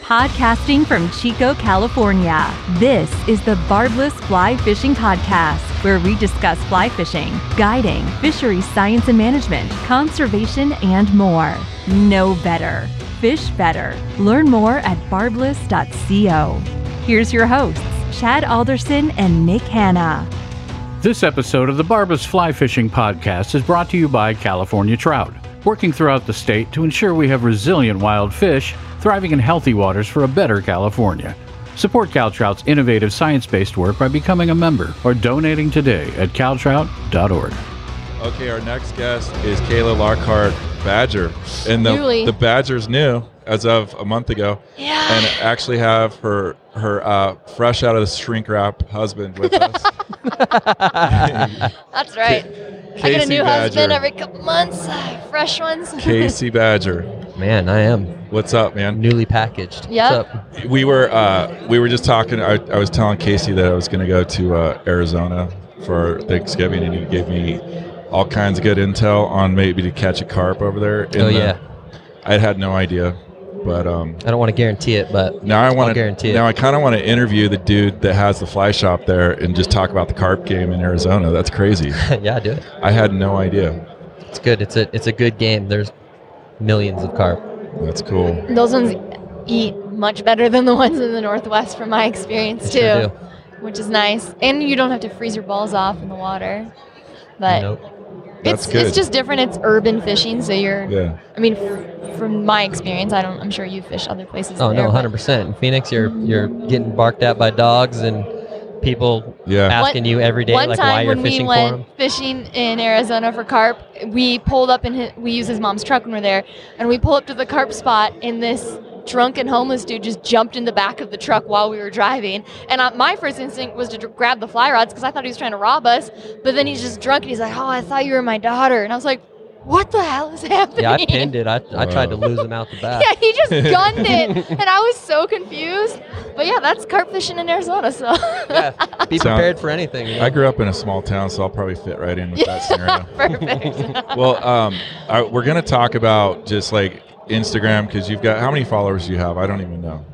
Podcasting from Chico, California. This is the Barbless Fly Fishing Podcast, where we discuss fly fishing, guiding, fisheries science and management, conservation, and more. Know better. Fish better. Learn more at barbless.co. Here's your hosts, Chad Alderson and Nick Hanna. This episode of the Barbas Fly Fishing Podcast is brought to you by California Trout, working throughout the state to ensure we have resilient wild fish thriving in healthy waters for a better California. Support CalTrout's innovative science based work by becoming a member or donating today at caltrout.org. Okay, our next guest is Kayla Lockhart Badger, and the Newly. the Badger's new as of a month ago, Yeah. and actually have her her uh, fresh out of the shrink wrap husband with us. That's right. I get a Casey new husband Badger. every couple months, fresh ones. Casey Badger, Man, I am what's up, man? newly packaged. Yep. What's up? We were uh, we were just talking. I, I was telling Casey that I was going to go to uh, Arizona for Thanksgiving, and he gave me all kinds of good intel on maybe to catch a carp over there. in oh the- yeah. I had no idea, but um, I don't want to guarantee it, but Now I want I'll guarantee to. it. Now I kind of want to interview the dude that has the fly shop there and just talk about the carp game in Arizona. That's crazy. yeah, do it. I had no idea. It's good. It's a it's a good game. There's millions of carp. That's cool. Those ones eat much better than the ones in the Northwest, from my experience, They too, sure do. which is nice. And you don't have to freeze your balls off in the water. But Nope. That's it's good. it's just different. It's urban fishing, so you're. Yeah. I mean, f- from my experience, I don't. I'm sure you fish other places. Oh no, there, but- hundred percent. In Phoenix, you're you're getting barked at by dogs and people Yeah. asking you every day One like time why you're when fishing we for went them. fishing in Arizona for carp, we pulled up in his, we use his mom's truck when we're there, and we pull up to the carp spot, and this drunken homeless dude just jumped in the back of the truck while we were driving. And uh, my first instinct was to dr- grab the fly rods because I thought he was trying to rob us, but then he's just drunk and he's like, "Oh, I thought you were my daughter," and I was like, "What the hell is happening?" Yeah, I pinned it. I, I tried to Wow. lose them out the back. Yeah, he just gunned it, and I was so confused. But yeah, that's carp fishing in Arizona, so Yeah, Be So- prepared for anything. you know? I grew up in a small town, so I'll probably fit right in with that scenario. perfect. Well, um, I, we're gonna talk about just like Instagram because you've got how many followers do you have? I don't even know.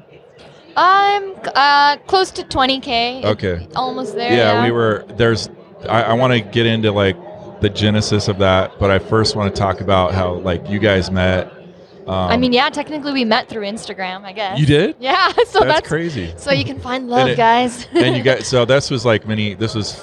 I'm uh, close to 20k. Okay. Almost there. yeah, we were there's i, I want to get into like the genesis of that but i first want to talk about how like you guys met um, I mean, yeah, technically we met through Instagram, I guess. you did Yeah, so that's, that's, crazy so you can find love, it- guys. and you guys so this was like many this was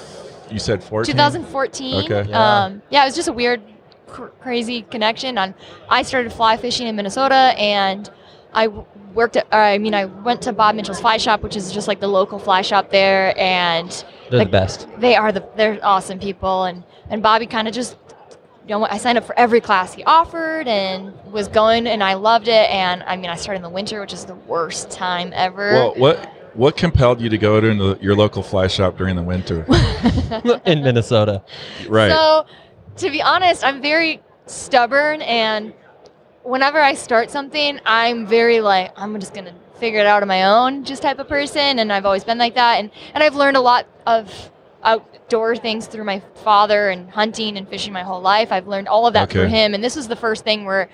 you said 14 2014. Okay. Yeah. Um, yeah, it was just a weird, cr- crazy connection. On I started fly fishing in Minnesota, and I w- worked at. Or, I mean, I went to Bob Mitchell's Fly Shop, which is just like the local fly shop there, and They're like- the best. they are the they're awesome people and and bobby kind of just you know i signed up for every class he offered and was going and i loved it and i mean i started in the winter which is the worst time ever well what what compelled you to go to the, your local fly shop during the winter In Minnesota. right So, to be honest, I'm very stubborn, and whenever I start something, I'm very like, I'm just gonna figure it out on my own, just type of person, and I've always been like that, and and I've learned a lot of outdoor things through my father and hunting and fishing my whole life. I've learned all of that through Okay. him, and this was the first thing where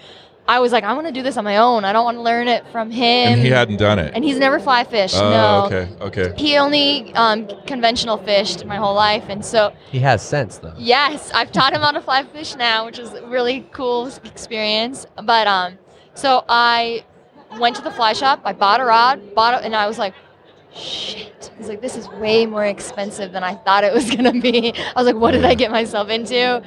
I was like, I want to do this on my own. I don't want to learn it from him. and he hadn't done it um, And he's never fly fished. oh no. okay okay He only um, conventional fished my whole life, and so He has sense though. Yes, I've taught him how to fly fish now, which is a really cool experience. But um, so I went to the fly shop. I bought a rod, bought it, and I was like, shit. I was like, this is way more expensive than I thought it was gonna be. I was like, what did I get myself into?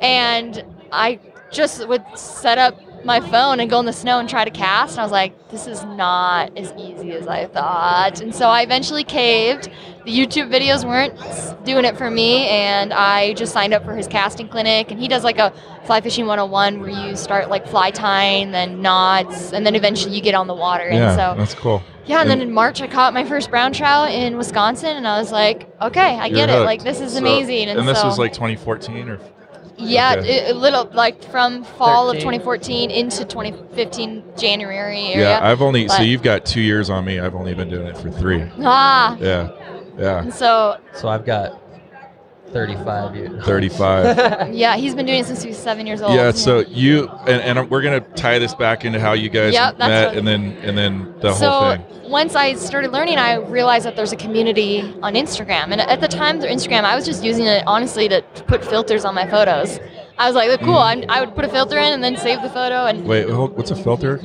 And I just would set up my phone and go in the snow and try to cast. And I was like, this is not as easy as I thought. And so I eventually caved. The YouTube videos weren't s- doing it for me. And I just signed up for his casting clinic. And he does like a fly fishing 101 where you start like fly tying, then knots, and then eventually you get on the water. yeah Uh, and so that's cool yeah, and then And- in March I caught my first brown trout in Wisconsin, and I was like, okay, I You're get it. hooked. Like this is So- amazing. And, this so, was like 2014 or yeah, okay. it- a little like from fall of 13. 2014 into 2015 January yeah area. i've only so But- you've got two years on me i've only been doing it for three ah, yeah yeah and so So I've got 35 years. 35. Yeah, he's been doing it since he was seven years old. yeah. So you and, and we're gonna tie this back into how you guys Yep, that's met, what- and then and then the so whole thing. once I started learning, I realized that there's a community on Instagram. And at the time, their Instagram, I was just using it honestly to put filters on my photos. I was like, "Look, cool. Mm. I'm, I would put a filter in and then save the photo. And Wait, hold- what's a filter?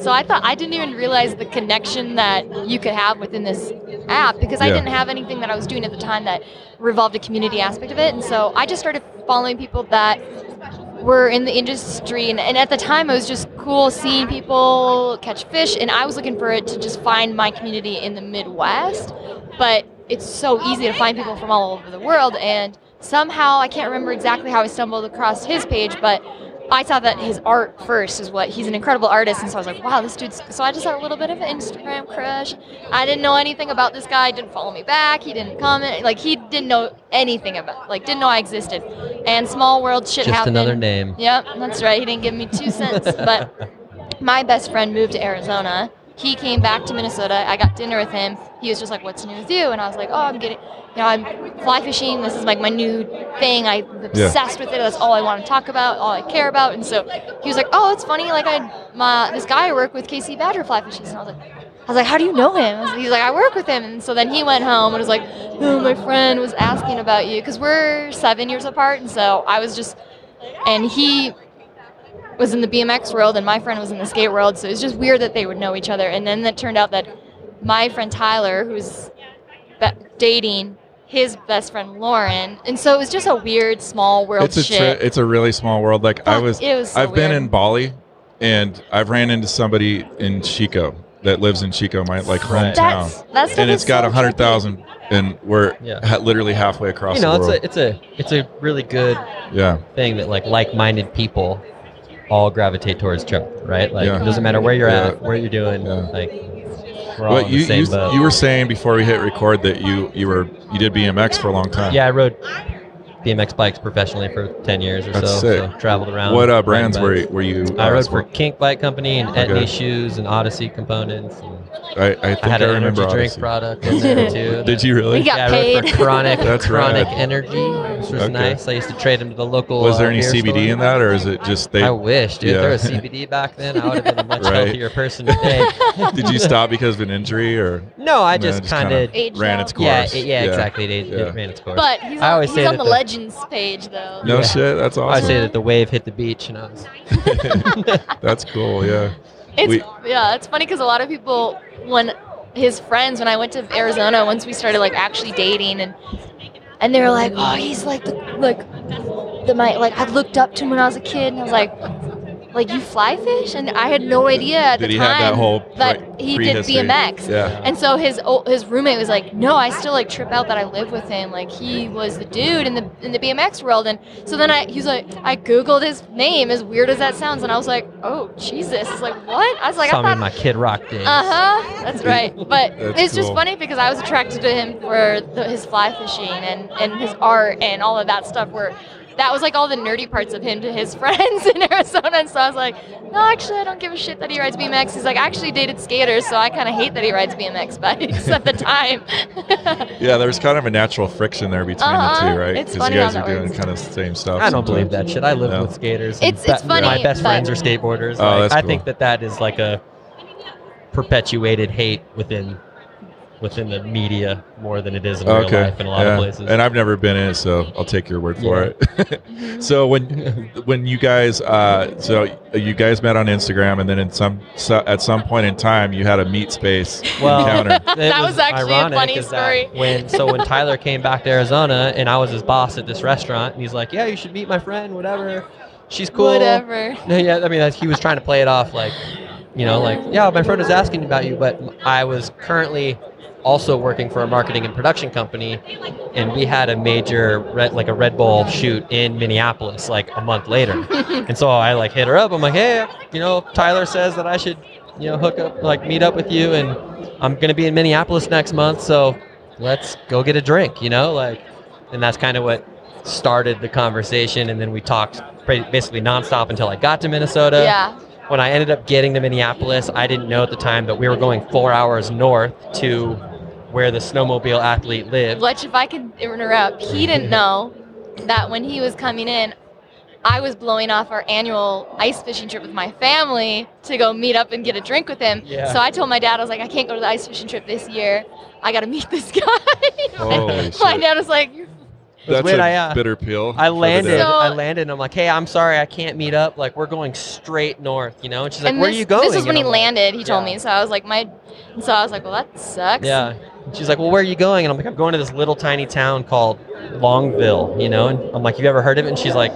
so I thought I didn't even realize the connection that you could have within this app because I Yeah. didn't have anything that I was doing at the time that revolved a community aspect of it. And so I just started following people that were in the industry. And, and at the time, it was just cool seeing people catch fish. And I was looking for it to just find my community in the Midwest. But it's so easy to find people from all over the world. And somehow, I can't remember exactly how I stumbled across his page, but I saw that his art first is what he's an incredible artist, and so I was like, wow, this dude's. So I just had a little bit of an Instagram crush. I didn't know anything about this guy. Didn't follow me back. He didn't comment. Like he didn't know anything about. Like didn't know I existed. And small world shit Just happened. another name. Yep, that's right. He didn't give me two cents. But my best friend moved to Arizona. He came back to Minnesota. I got dinner with him. He was just like, "What's new with you?" And I was like, "Oh, I'm getting, you know, I'm fly fishing. This is like my new thing. I'm Yeah. obsessed with it. That's all I want to talk about. All I care about." And so he was like, "Oh, it's funny. Like I, my this guy I work with, Casey Badger, fly fishes." And I was like, I was like, how do you know him? I was- He's like, I work with him. And so then he went home and was like, oh, my friend was asking about you because we're seven years apart. And so I was just, and he was in the BMX world and my friend was in the skate world. So it was just weird that they would know each other. And then it turned out that my friend Tyler, who's be- dating his best friend Lauren. And so it was just a weird small world It's a shit. tri- it's a really small world. Like I Fuck, was, it was so I've been weird. in Bali, and I've ran into somebody in Chico that lives in Chico, my like Right. hometown, That's, that's and it's got a hundred thousand, and we're Yeah. ha- literally halfway across You know, the it's world. a, it's a it's a really good yeah, thing that like like-minded people all gravitate towards each other, right? Like Yeah. it doesn't matter where you're Yeah. at, where you're doing, Yeah. like we're all Well, in you the same you, boat. you were saying before we hit record that you you were you did BMX for a long time. yeah, I rode BMX bikes professionally for 10 years or That's so, sick. so traveled around. What uh, riding brands were bikes. were you? I uh, rode for sport- Kink Bike Company and Okay. Etney Shoes and Odyssey Components. And I, I think I I, had an remember. energy drink Odyssey. product in there too. Did you really? We got yeah, I rode paid. for Chronic, That's chronic rad. Energy, which was Okay. nice. I used to trade them to the local. Was there uh, any beer CBD store. in that, or is it just they? I wish, dude. If there was Yeah. CBD back then, I would have been a much Right. healthier person today. Did you stop because of an injury, or No, I No, just, just kind of. Aged ran out. its course? Yeah, it- yeah, Yeah. exactly. It, it Yeah. ran its course. But he's I on, always he's say on that the, the- Legends page, though. No Yeah. shit, that's I awesome. say that the wave hit the beach, and I was. that's cool. Yeah. It's We- yeah, it's funny because a lot of people when his friends when I went to Arizona once we started like actually dating and and they were like, oh, he's like the like the my like I looked up to him when I was a kid and I was like. Like you fly fish, and I had no idea at Did the he time have that whole that pre- he did prehistory? BMX. Yeah. And so his o- his roommate was like, "No, I still like trip out that I live with him. Like he was the dude in the in the BMX world." And so then I he was like, I googled his name, as weird as that sounds, and I was like, "Oh Jesus!" It's like what? I was like, saw I me thought, in my Kid Rock days. uh huh. That's right. But That's it's just cool. funny because I was attracted to him for the, his fly fishing and, and his art and all of that stuff. Where that was like all the nerdy parts of him to his friends in Arizona. And so I was like, no, actually, I don't give a shit that he rides BMX. He's like, I actually dated skaters, so I kind of hate that he rides BMX bikes at the time. Yeah, there's kind of a natural friction there between the Uh-huh. two, right? It's Because funny you guys how are that doing works. kind of the same stuff. I don't believe sometimes. that shit. I live No. with skaters. and It's- it's be- funny, My best but- friends are skateboarders. Oh, Like, that's I cool. think that that is like a perpetuated hate within within the media more than it is in real Okay. life in a lot yeah. of places. And I've never been in it, so I'll take your word for it. so when when you guys uh, so you guys met on Instagram, and then in some so at some point in time, you had a meet space Well- encounter. It That was actually a ironic funny is that story. When so when Tyler came back to Arizona and I was his boss at this restaurant and he's like, "Yeah, you should meet my friend, whatever. She's cool." Whatever. No, yeah, I mean, like, he was trying to play it off like, you know, like, yeah, my friend was asking about you, but I was currently also working for a marketing and production company, and we had a major, red, like a Red Bull shoot in Minneapolis, like a month later. and so I like hit her up. I'm like, hey, you know, Tyler says that I should, you know, hook up, like meet up with you, and I'm gonna be in Minneapolis next month, so let's go get a drink, you know, like, and that's kind of what started the conversation, and then we talked pretty, basically nonstop until I got to Minnesota. Yeah. When I ended up getting to Minneapolis, I didn't know at the time, but we were going four hours north to where the snowmobile athlete lived. Which, if I could interrupt, he didn't know that when he was coming in, I was blowing off our annual ice fishing trip with my family to go meet up and get a drink with him. Yeah. So I told my dad, I was like, I can't go to the ice fishing trip this year. I got to meet this guy. Holy my shit. dad was like, "You're That's weird, a I, uh, bitter peel. I for the landed. day. So- I landed. And I'm like, hey, I'm sorry, I can't meet up. Like, we're going straight north, you know. And she's like, and where this, are you going? This was when And he I'm like, landed. He told Yeah. me. So I was like, my. and So I was like, well, that sucks. Yeah. And She's like, well, where are you going? And I'm like, I'm going to this little tiny town called Longville, you know. And I'm like, you ever heard of it? And she's like,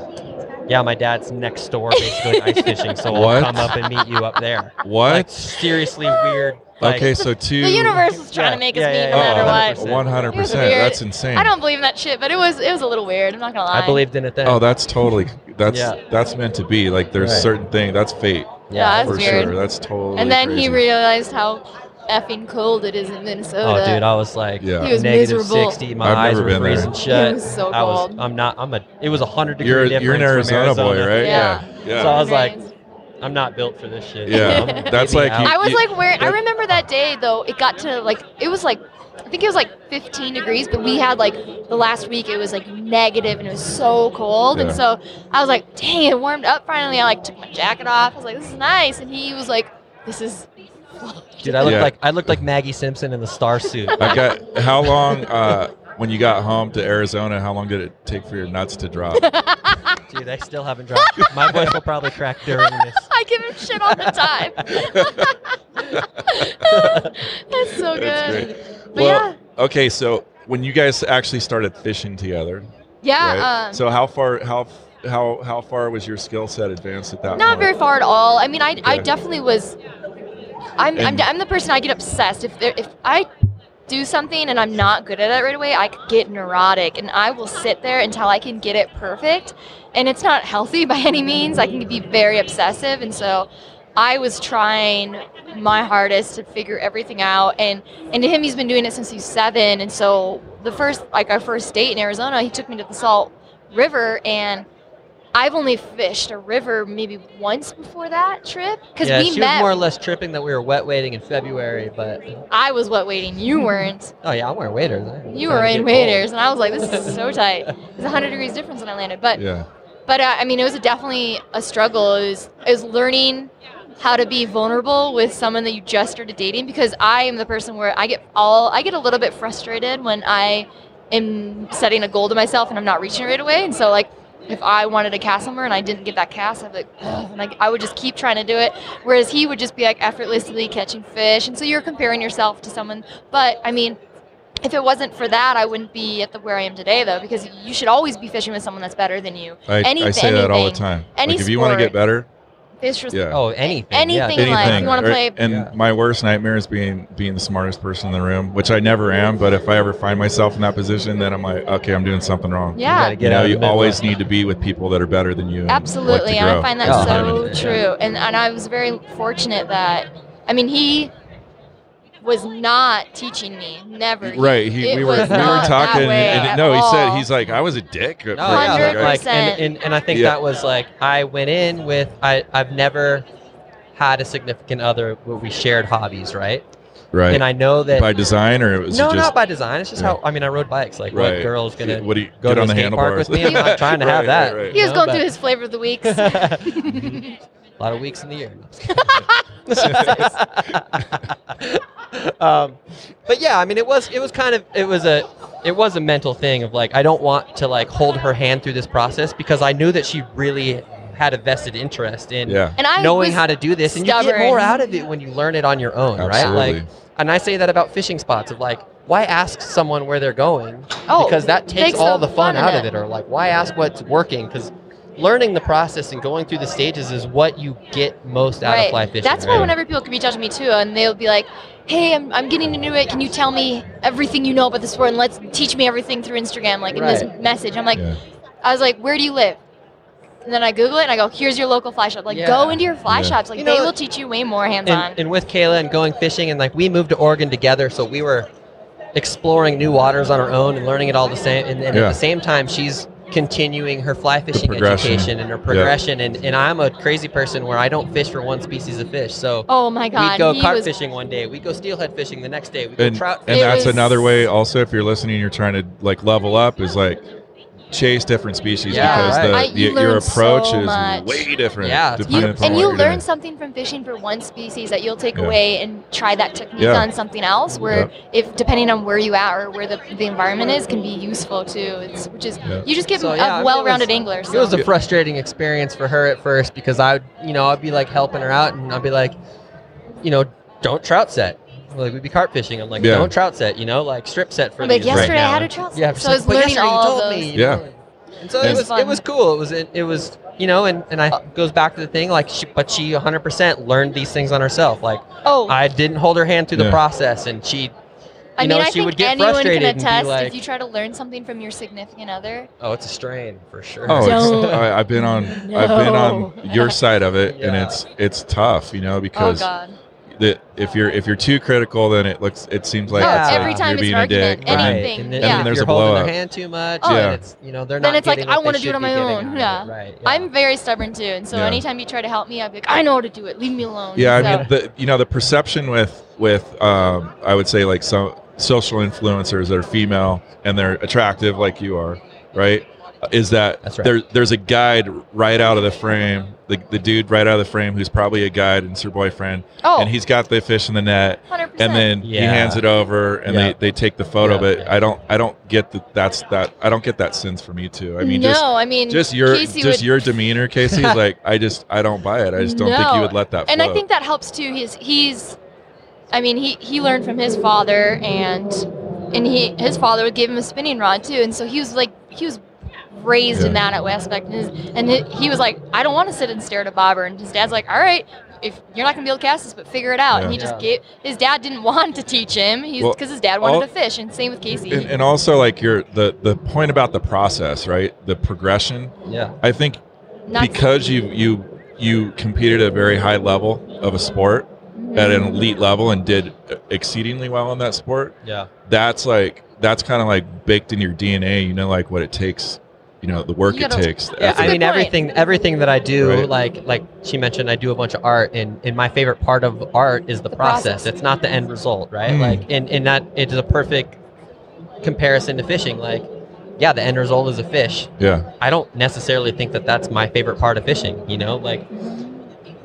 yeah, my dad's next door basically ice fishing, so we'll What? come up and meet you up there. What? Like, seriously weird. Like, okay, so two. oh, The universe was trying Yeah, to make us yeah, meet yeah, Oh, no yeah, matter yeah. what. what. One hundred It was percent. weird. That's insane. I don't believe in that shit, but it was it was a little weird. I'm not gonna lie. I believed in it then. Oh, that's totally. That's Yeah. that's meant to be. Like there's Right. certain thing. That's fate Yeah, That's for weird. sure. That's totally. and then he crazy. realized how effing cold it is in Minnesota. Oh, dude, I was like, Yeah. He was negative miserable. 60. My I've eyes never were been there. freezing shut. It was so I was, cold. I'm not, I'm a, it was a 100 degree You're difference. you're an from Arizona, boy, Arizona. right? Yeah. Yeah. So I yeah. was like, Amazing. I'm not built for this shit. Yeah, you know? that's Maybe like you- out. I was you- like wearing. I that- remember that day though. It got to like it was like I think it was like 15 degrees, but we had like the last week it was like negative and it was so cold, and Yeah. so I was like, dang, it warmed up finally. I like took my jacket off. I was like, this is nice, and he was like, this is. Dude, I looked Yeah. like I looked like Maggie Simpson in the star suit. I got how long uh, when you got home to Arizona? How long did it take for your nuts to drop? Dude, I still haven't dropped. My voice will probably crack during this. I give him shit all the time. That's so good. That's great. But Well, okay, so when you guys actually started fishing together, yeah, right? yeah. Um, so how far how how how far was your skill set advanced at that? not point? very far at all. I mean, I, I Okay. definitely was. I'm, I'm, And- I'm the person I get obsessed. If there, if I do something and I'm not good at it right away, I could get neurotic and I will sit there until I can get it perfect. And it's not healthy by any means. I can be very obsessive. And so I was trying my hardest to figure everything out. And, and to him, he's been doing it since he's seven. And so the first, like our first date in Arizona, he took me to the Salt River and I've only fished a river maybe once before that trip because Yeah, we she met. was more or less tripping that we were wet waiting in February, but I was wet waiting. You weren't. oh yeah, I'm wearing waders. I'm You trying were to in get cold. waders, and I was like, "This is so tight." It's 100 degrees difference when I landed, but Yeah. but uh, I mean, it was definitely a struggle. It was, it was learning how to be vulnerable with someone that you just started dating because I am the person where I get all I get a little bit frustrated when I am setting a goal to myself and I'm not reaching it right away. And so like if I wanted a cast somewhere and I didn't get that cast, I'd be like, Ugh, and I, I would just keep trying to do it. Whereas he would just be like effortlessly catching fish. And so you're comparing yourself to someone. But I mean, if it wasn't for that, I wouldn't be at the where I am today though, because you should always be fishing with someone that's better than you. I, Any- I say that all the anything. time. Any like if you want to get sport. better, Fish was yeah. Oh, anything. yeah, Anything dude. like- you wanna Or- play- And Yeah. my worst nightmare is being being the smartest person in the room, which I never am. But if I ever find myself in that position, then I'm like, okay, I'm doing something wrong. You Yeah, gotta get you out know, of you the always Midwest. need to be with people that are better than you. and want to absolutely. And I grow. find that Yeah. so Yeah. true. And and I was very fortunate that I mean he was not teaching me. Never. Right. He, It we were we were was not that talking, way and, at and no, he said all. he's like, I was a dick. at Oh, yeah, first." Like, like, I- like, and, 100%. and, and I think Yeah. that was like I went in with I I've never had a significant other where we shared hobbies, right? right. And I know that by design, or it was no, just not by design. It's just Yeah. how I mean I rode bikes. Like what right. girl's gonna What do you go get to on a the skate park handlebars? with me? I'm not trying to Right, have that. right, right. He was No, going but- through his flavor of the weeks. a lot of weeks in the year. um, but yeah, I mean, it was it was kind of it was a it was a mental thing of like I don't want to like hold her hand through this process because I knew that she really had a vested interest in Yeah. And I knowing was how to do this, and you get stubborn. more out of it when you learn it on your own, right? Absolutely. Like, and I say that about fishing spots of like, why ask someone where they're going? Oh, because that takes, takes all the the fun fun out in of it. it. Or like, why ask what's working? Because learning the process and going through the stages is what you get most out of fly fishing. That's right? why whenever people could be judging me too, and they'll be like, "Hey, I'm, I'm getting into it. Can you tell me everything you know about the sport and let's teach me everything through Instagram, like in Right. this message?" I'm like, Yeah. I was like, "Where do you live?" And then I Google it and I go, "Here's your local fly shop." Like, go Yeah. into your fly Yeah. shops. Like, You they know, will teach you way more hands-on. and, and with Kayla and going fishing and like we moved to Oregon together, so we were exploring new waters on our own and learning it all the same. And, and Yeah. at the same time, she's continuing her fly fishing progression. education and her progression. And, and I'm a crazy person where I don't fish for one species of fish. So Oh my God. we go he carp was fishing one day, we go steelhead fishing the next day, we go and, trout and It that's was- another way also if you're listening you're trying to like level up is like chase different species Yeah, because right. the, I- the you your learn approach so is much. way different Yeah, it's You, depending upon and what you you're learn doing. something from fishing for one species that you'll take Yeah. away and try that technique Yeah. on something else. Where if depending on where you are or where the, the environment is, can be useful too. It's which is Yeah. you just get So, yeah, I mean, a it well-rounded was- angler. So. It was a frustrating experience for her at first because I, would you know, I'd be like helping her out and I'd be like, you know, don't trout set. Like we'd be carp fishing. I'm like, Yeah. don't trout set. You know, like strip set for I'm these like yesterday right I had now." a trout. Yeah, Yeah, she's so I like, was "But learning yesterday you all told of me, those. you know, Yeah. like- And so It it was was fun. Uh, it was cool. It was it, it was you know, and and I goes back to the thing like, she, but she 100 percent learned these things on herself. Like Oh, I, I didn't hold her hand through Yeah. the process, and she, you mean, know, I she think would get anyone frustrated can and be attest like- if you try to learn something from your significant other. oh, it's a strain for sure. Oh, Don't. it's, I, I've been on I've been on your side of it, and Yeah. it's it's tough, you know, Oh because God! the, if you're if you're too critical, then it looks it seems like Oh, it's every like time you're it's being a an dick. argument, anything, And yeah. if And there's you're a holding blowout. Their hand too much. Oh, and yeah. it's, you know, they're Then not it's like, getting "I what wanna they do it on should be my getting own." out of it, Yeah. Right. yeah. I'm very stubborn too, and so Yeah. anytime you try to help me, I'd be like, "I know how to do it. Leave me alone." Yeah, I So- mean, the, you know, the perception with with um, I would say like some social influencers that are female and they're attractive like you are, right? Is that That's right. there, there's a guide right out of the frame, the, the dude right out of the frame who's probably a guide and it's her boyfriend, oh, and he's got the fish in the net, 100%. and then he Yeah. hands it over, and Yeah. they, they take the photo. Yeah. But I don't I don't get that that's that I don't get that sense from you too. I mean, no, just I mean, just your Casey just would- your demeanor, Casey. is like I just I don't buy it. I just don't think you No. would let that. and I float. think that helps too. He's he's, I mean, he he learned from his father, and and he his father would give him a spinning rod too, and so he was like he was raised in that aspect, and, his, and he, he was like, I don't want to sit and stare at a bobber, and his dad's like, all right. If you're not gonna be able to cast this, but figure it out. And Yeah. he just Yeah. gave his dad didn't want to teach him. He's Well, because his dad wanted all- to fish, and same with Casey. and, and also like your the the point about the process right the progression yeah. i think Not- because you you you competed at a very high level of a sport Mhm. at an elite level and did uh, exceedingly well in that sport Yeah. that's like that's kind of like baked in your dna you know like what it takes you know the work You it gotta- takes the Yeah, That's a I effort. good mean point. everything. Everything that I do, Right. like like she mentioned, I do a bunch of art, and and my favorite part of art is the, The process. process. It's not the end result, right? Mm. Like, and and that it is a perfect comparison to fishing. Like, yeah, the end result is a fish. yeah I don't necessarily think that that's my favorite part of fishing. You know, like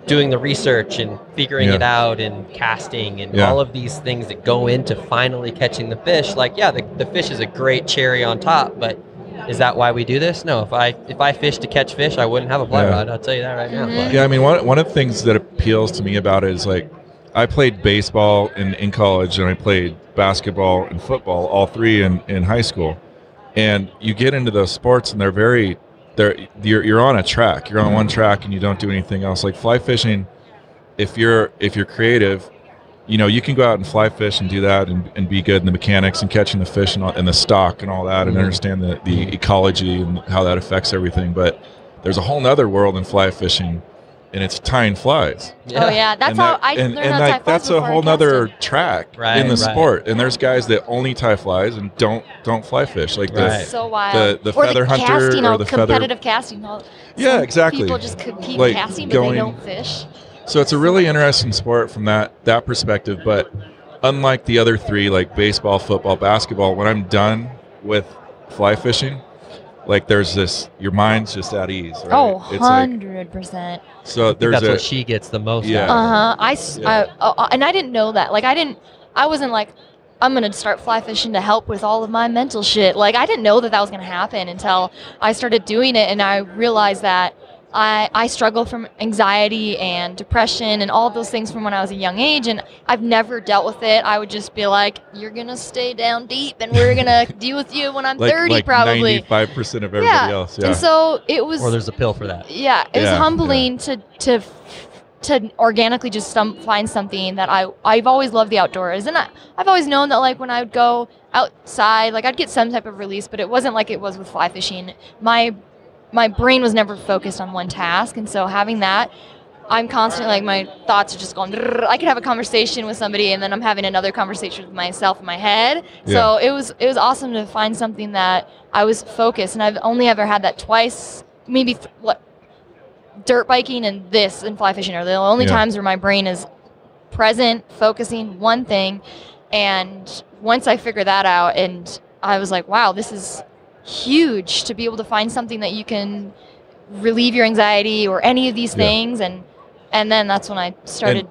doing the research and figuring Yeah. it out and casting and Yeah. all of these things that go into finally catching the fish. Like, yeah, the, the fish is a great cherry on top, but is that why we do this? No. If I if I fish to catch fish, I wouldn't have a fly Yeah. rod. I'll tell you that right now. Mhm. Like, yeah i mean one, one of the things that appeals to me about it is like i played baseball in, in college and i played basketball and football all three in, in high school and you get into those sports and they're very they're you're, you're on a track you're on one track and you don't do anything else like fly fishing if you're if you're creative you know you can go out and fly fish and do that and, and be good in the mechanics and catching the fish and, all, and the stock and all that and Mhm. understand the, the ecology and how that affects everything but there's a whole nother world in fly fishing and it's tying flies Oh yeah, that's and how that- I and, learned and how to like tie flies that's a before I whole nother casted. track Right, in the right. sport and there's guys that only tie flies and don't don't fly fish like Right. the It's so wild. the, the or feather the hunter casting, or all the feather competitive casting. All, Yeah, some exactly. People just compete Like, casting, but going- they don't fish. so it's a really interesting sport from that that perspective but unlike the other three like baseball football basketball when i'm done with fly fishing like there's this your mind's just at ease right? Oh, it's like 100 percent. so I think there's that's a what she gets the most. Yeah. out of it. Uh huh. I, s- Yeah. I- uh, uh, and I didn't know that. Like I didn't. I wasn't like I'm gonna start fly fishing to help with all of my mental shit. Like I didn't know that that was gonna happen until I started doing it, and I realized that. I, I struggle from anxiety and depression and all those things from when I was a young age, and I've never dealt with it. I would just be like, "You're gonna stay down deep, and we're gonna deal with you when I'm like, 30, like probably." 95% of everybody Yeah. else yeah And so it was Or there's a pill for that. yeah it Yeah, was humbling to to to organically just some, find something that I I've always loved the outdoors and I, I've always known that like when I would go outside like I'd get some type of release but it wasn't like it was with fly fishing my my brain was never focused on one task and so having that I'm constantly like my thoughts are just going. "Rrr." I could have a conversation with somebody, and then I'm having another conversation with myself in my head. So it was it was awesome to find something that I was focused, and I've only ever had that twice, maybe th- what dirt biking and this and fly fishing are the only Yeah. times where my brain is present, focusing one thing, and once I figured that out, and I was like, wow, this is huge to be able to find something that you can relieve your anxiety or any of these Yeah. things and and then that's when I started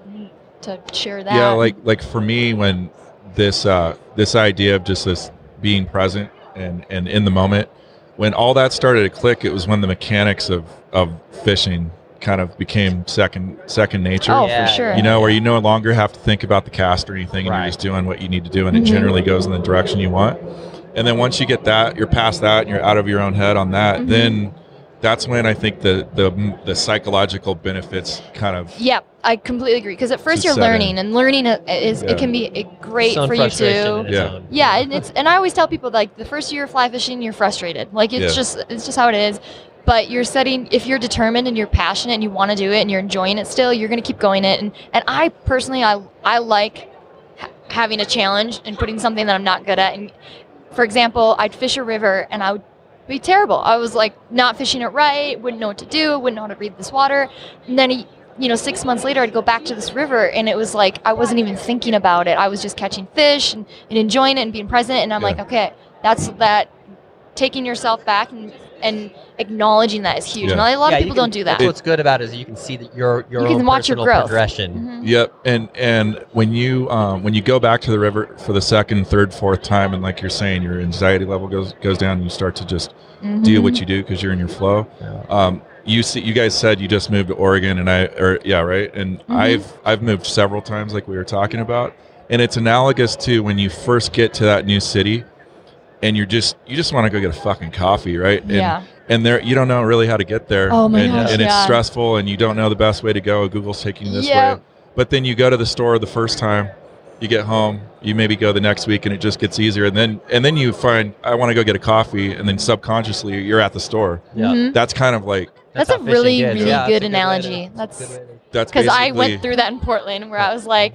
to share that. Yeah, like like for me when this uh this idea of just this being present and and in the moment when all that started to click it was when the mechanics of of fishing kind of became second second nature. Oh, Yeah, for sure. You know, where you no longer have to think about the cast or anything, and Right. you're just doing what you need to do, and Mhm. it generally goes in the direction you want. And then once you get that, you're past that, and you're out of your own head on that. Mhm. Then that's when I think the the the psychological benefits kind of yeah, I completely agree. Because at first Just you're set in. learning, and learning i- is Yeah. it can be a great Some for you frustration in to. its Yeah. own. Yeah, and it's and I always tell people like the first year of fly fishing, you're frustrated. Like it's Yeah. just it's just how it is. But you're setting if you're determined and you're passionate and you want to do it and you're enjoying it still, you're gonna keep going it. And and I personally, I I like ha- having a challenge and putting something that I'm not good at. And for example, I'd fish a river and I would be terrible. I was like not fishing it right, wouldn't know what to do, wouldn't know how to read this water. And then he, you know, six months later, I'd go back to this river and it was like I wasn't even thinking about it. I was just catching fish and, and enjoying it and being present. And I'm like, okay, that's that taking yourself back and, and acknowledging that is huge. Yeah. And a lot Yeah, of you people can- don't do that. That's what's good about it is you can see that your your You can own watch your personal growth. progression. Mhm. Yep, and and when you um, when you go back to the river for the second, third, fourth time, and like you're saying, your anxiety level goes goes down, and you start to just Mm-hmm. do what you do because you're in your flow. Yeah. Um, you see, you guys said you just moved to Oregon, and I, or yeah, right, and Mhm. I've I've moved several times, like we were talking about, and it's analogous to when you first get to that new city, and you're just you just want to go get a fucking coffee, right? And, Mm-hmm. Yeah. and there you don't know really how to get there. Oh my and, gosh, and yeah. it's stressful, and you don't know the best way to go. Google's taking you this Yep. way, but then you go to the store the first time, you get home, you maybe go the next week, and it just gets easier. And then and then you find I want to go get a coffee, and then subconsciously you're at the store. Yeah. Mhm. That's kind of like That's how a fishing really, is. really Yeah, good it's a analogy. way to- That's- it's a good way that's because I went basically- through that in Portland where I was like,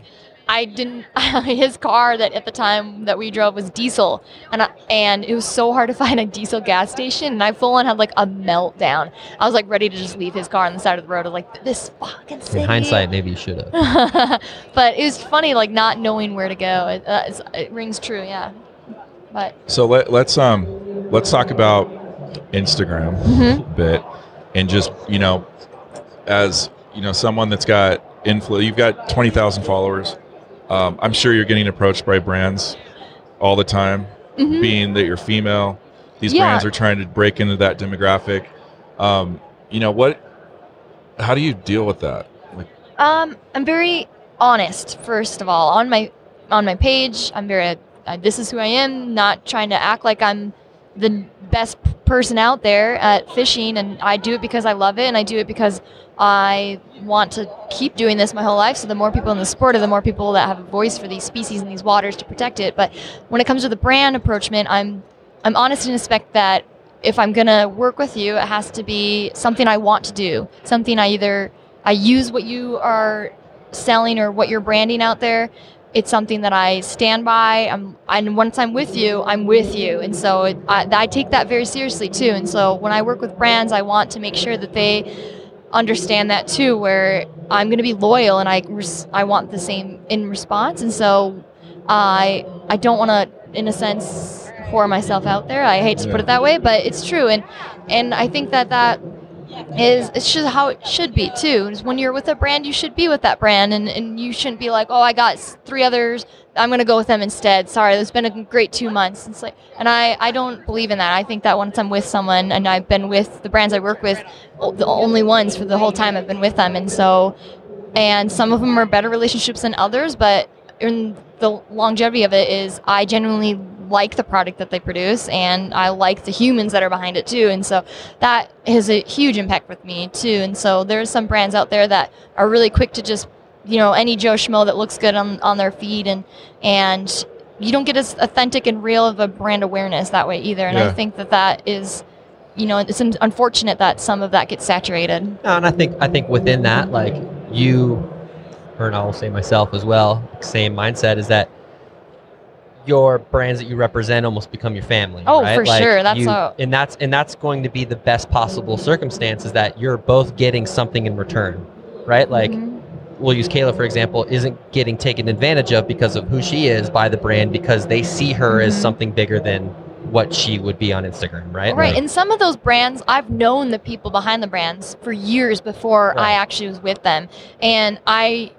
I didn't. his car that at the time that we drove was diesel, and I, and it was so hard to find a diesel gas station, and I full on had like a meltdown. I was like ready to just leave his car on the side of the road. I was like, this fucking to- city. In hindsight, maybe you should have. but it was funny, like not knowing where to go. It, uh, it's, it rings true, yeah. But So let, let's um let's talk about Instagram Mhm. a bit and just you know as you know someone that's got influ you've got twenty thousand followers. Um, I'm sure you're getting approached by brands all the time, Mhm. being that you're female. These Yeah. brands are trying to break into that demographic. Um, you know what? How do you deal with that? Like, Um, I'm very honest. First of all, on my on my page, I'm very. Uh, this is who I am. Not trying to act like I'm the best p- person out there at fishing, and I do it because I love it, and I do it because I want to keep doing this my whole life. So the more people in the sport, are the more people that have a voice for these species and these waters to protect it. But when it comes to the brand approachment, I'm I'm honest and respect that if I'm gonna work with you, it has to be something I want to do, something I either I use what you are selling or what you're branding out there. It's something that I stand by. I'm, and once I'm with you, I'm with you. And so it, I, I take that very seriously too. And so when I work with brands, I want to make sure that they understand that too, where I'm going to be loyal and I, res- I want the same in response. And so I, I don't want to, in a sense, whore myself out there. I hate to put it that way, but it's true. And, and I think that that is it's just how it should be too. Is when you're with a brand, you should be with that brand, and, and you shouldn't be like, oh, I got s- three others, I'm gonna go with them instead. Sorry, it's been a great two months. It's like, and I I don't believe in that. I think that once I'm with someone, and I've been with the brands I work with, o- the only ones for the whole time I've been with them, and so, and some of them are better relationships than others, but in the longevity of it is I genuinely like the product that they produce and I like the humans that are behind it too and so that has a huge impact with me too. And so there's some brands out there that are really quick to just, you know, any Joe Schmo that looks good on, on their feed and and you don't get as authentic and real of a brand awareness that way either. And I Yeah. think that that is you know, it's un- unfortunate that some of that gets saturated. No, and I think I think within that, like you, or and I'll say myself as well, same mindset is that your brands that you represent almost become your family. Oh, right? for Like, sure. That's you- how- and that's and that's going to be the best possible circumstance is that you're both getting something in return, right? Like Mhm. we'll use Kayla for example, isn't getting taken advantage of because of who she is by the brand because they see her as Mhm. something bigger than what she would be on Instagram, right? Right. Like, And some of those brands, I've known the people behind the brands for years before Right. I actually was with them. And I,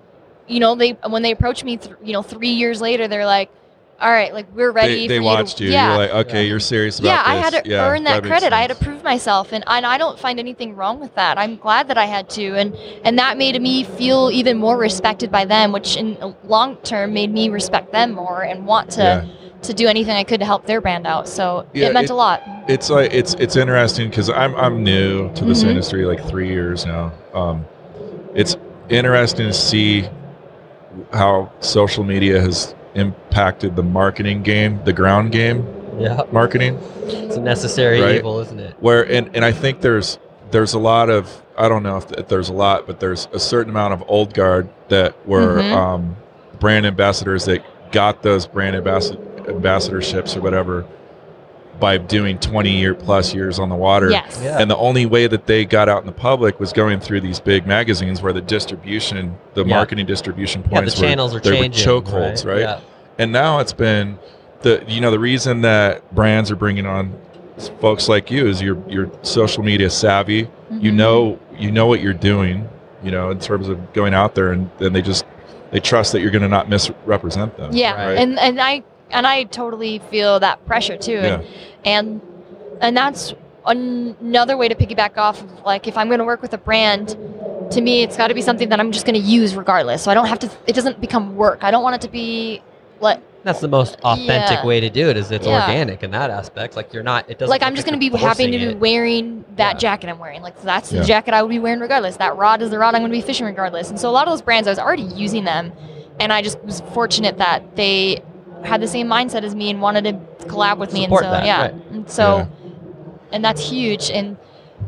you know, they when they approached me, th- you know, three years later, they're like, "All right, like we're They, ready." for they you to- watched you. Yeah. You're like, okay, Yeah. you're serious about yeah, this. I had to Yeah, earn that, makes credit. I had to sense. prove myself, and, and I don't find anything wrong with that. I'm glad that I had to, and and that made me feel even more respected by them, which in the long term made me respect them more and want to Yeah. to do anything I could to help their brand out. So Yeah, it meant it- a lot. it's like it's it's interesting because I'm I'm new to this Mhm. industry like three years now. Um, it's interesting to see how social media has impacted the marketing game, the ground game yeah, marketing. it's a necessary Right. evil, isn't it? Where and and I think there's there's a lot of I don't know if, if there's a lot, but there's a certain amount of old guard that were Mhm. um, brand ambassadors that got those brand ambassador ambassadorships or whatever by doing 20 year plus years on the water Yes. Yeah. and the only way that they got out in the public was going through these big magazines where the distribution, the Yeah. marketing distribution Yeah, the points channels were, are they changing. were chokeholds, right? Yeah. And now it's been the you know the reason that brands are bringing on folks like you is you're you're social media savvy. You Mm-hmm. Mhm. know you know what you're doing. You know in terms of going out there and then they just they trust that you're going to not misrepresent them. Yeah, Right. and and I and I totally feel that pressure too, and and, and that's an- another way to piggyback off. Of, like if I'm going to work with a brand, to me it's got to be something that I'm just going to use regardless. So I don't have to. It doesn't become work. I don't want it to be like That's the most authentic Yeah. way to do it. Is it's Yeah. organic in that aspect. Like you're not. It doesn't. like look I'm just going to you're be happy to forcing be it. wearing that Yeah. jacket I'm wearing. Like that's Yeah. the jacket I would be wearing regardless. That rod is the rod I'm going to be fishing regardless. And so a lot of those brands I was already using them, and I just was fortunate that they had the same mindset as me and wanted to collab with me. Support and so that, yeah, right. and so and that's huge. And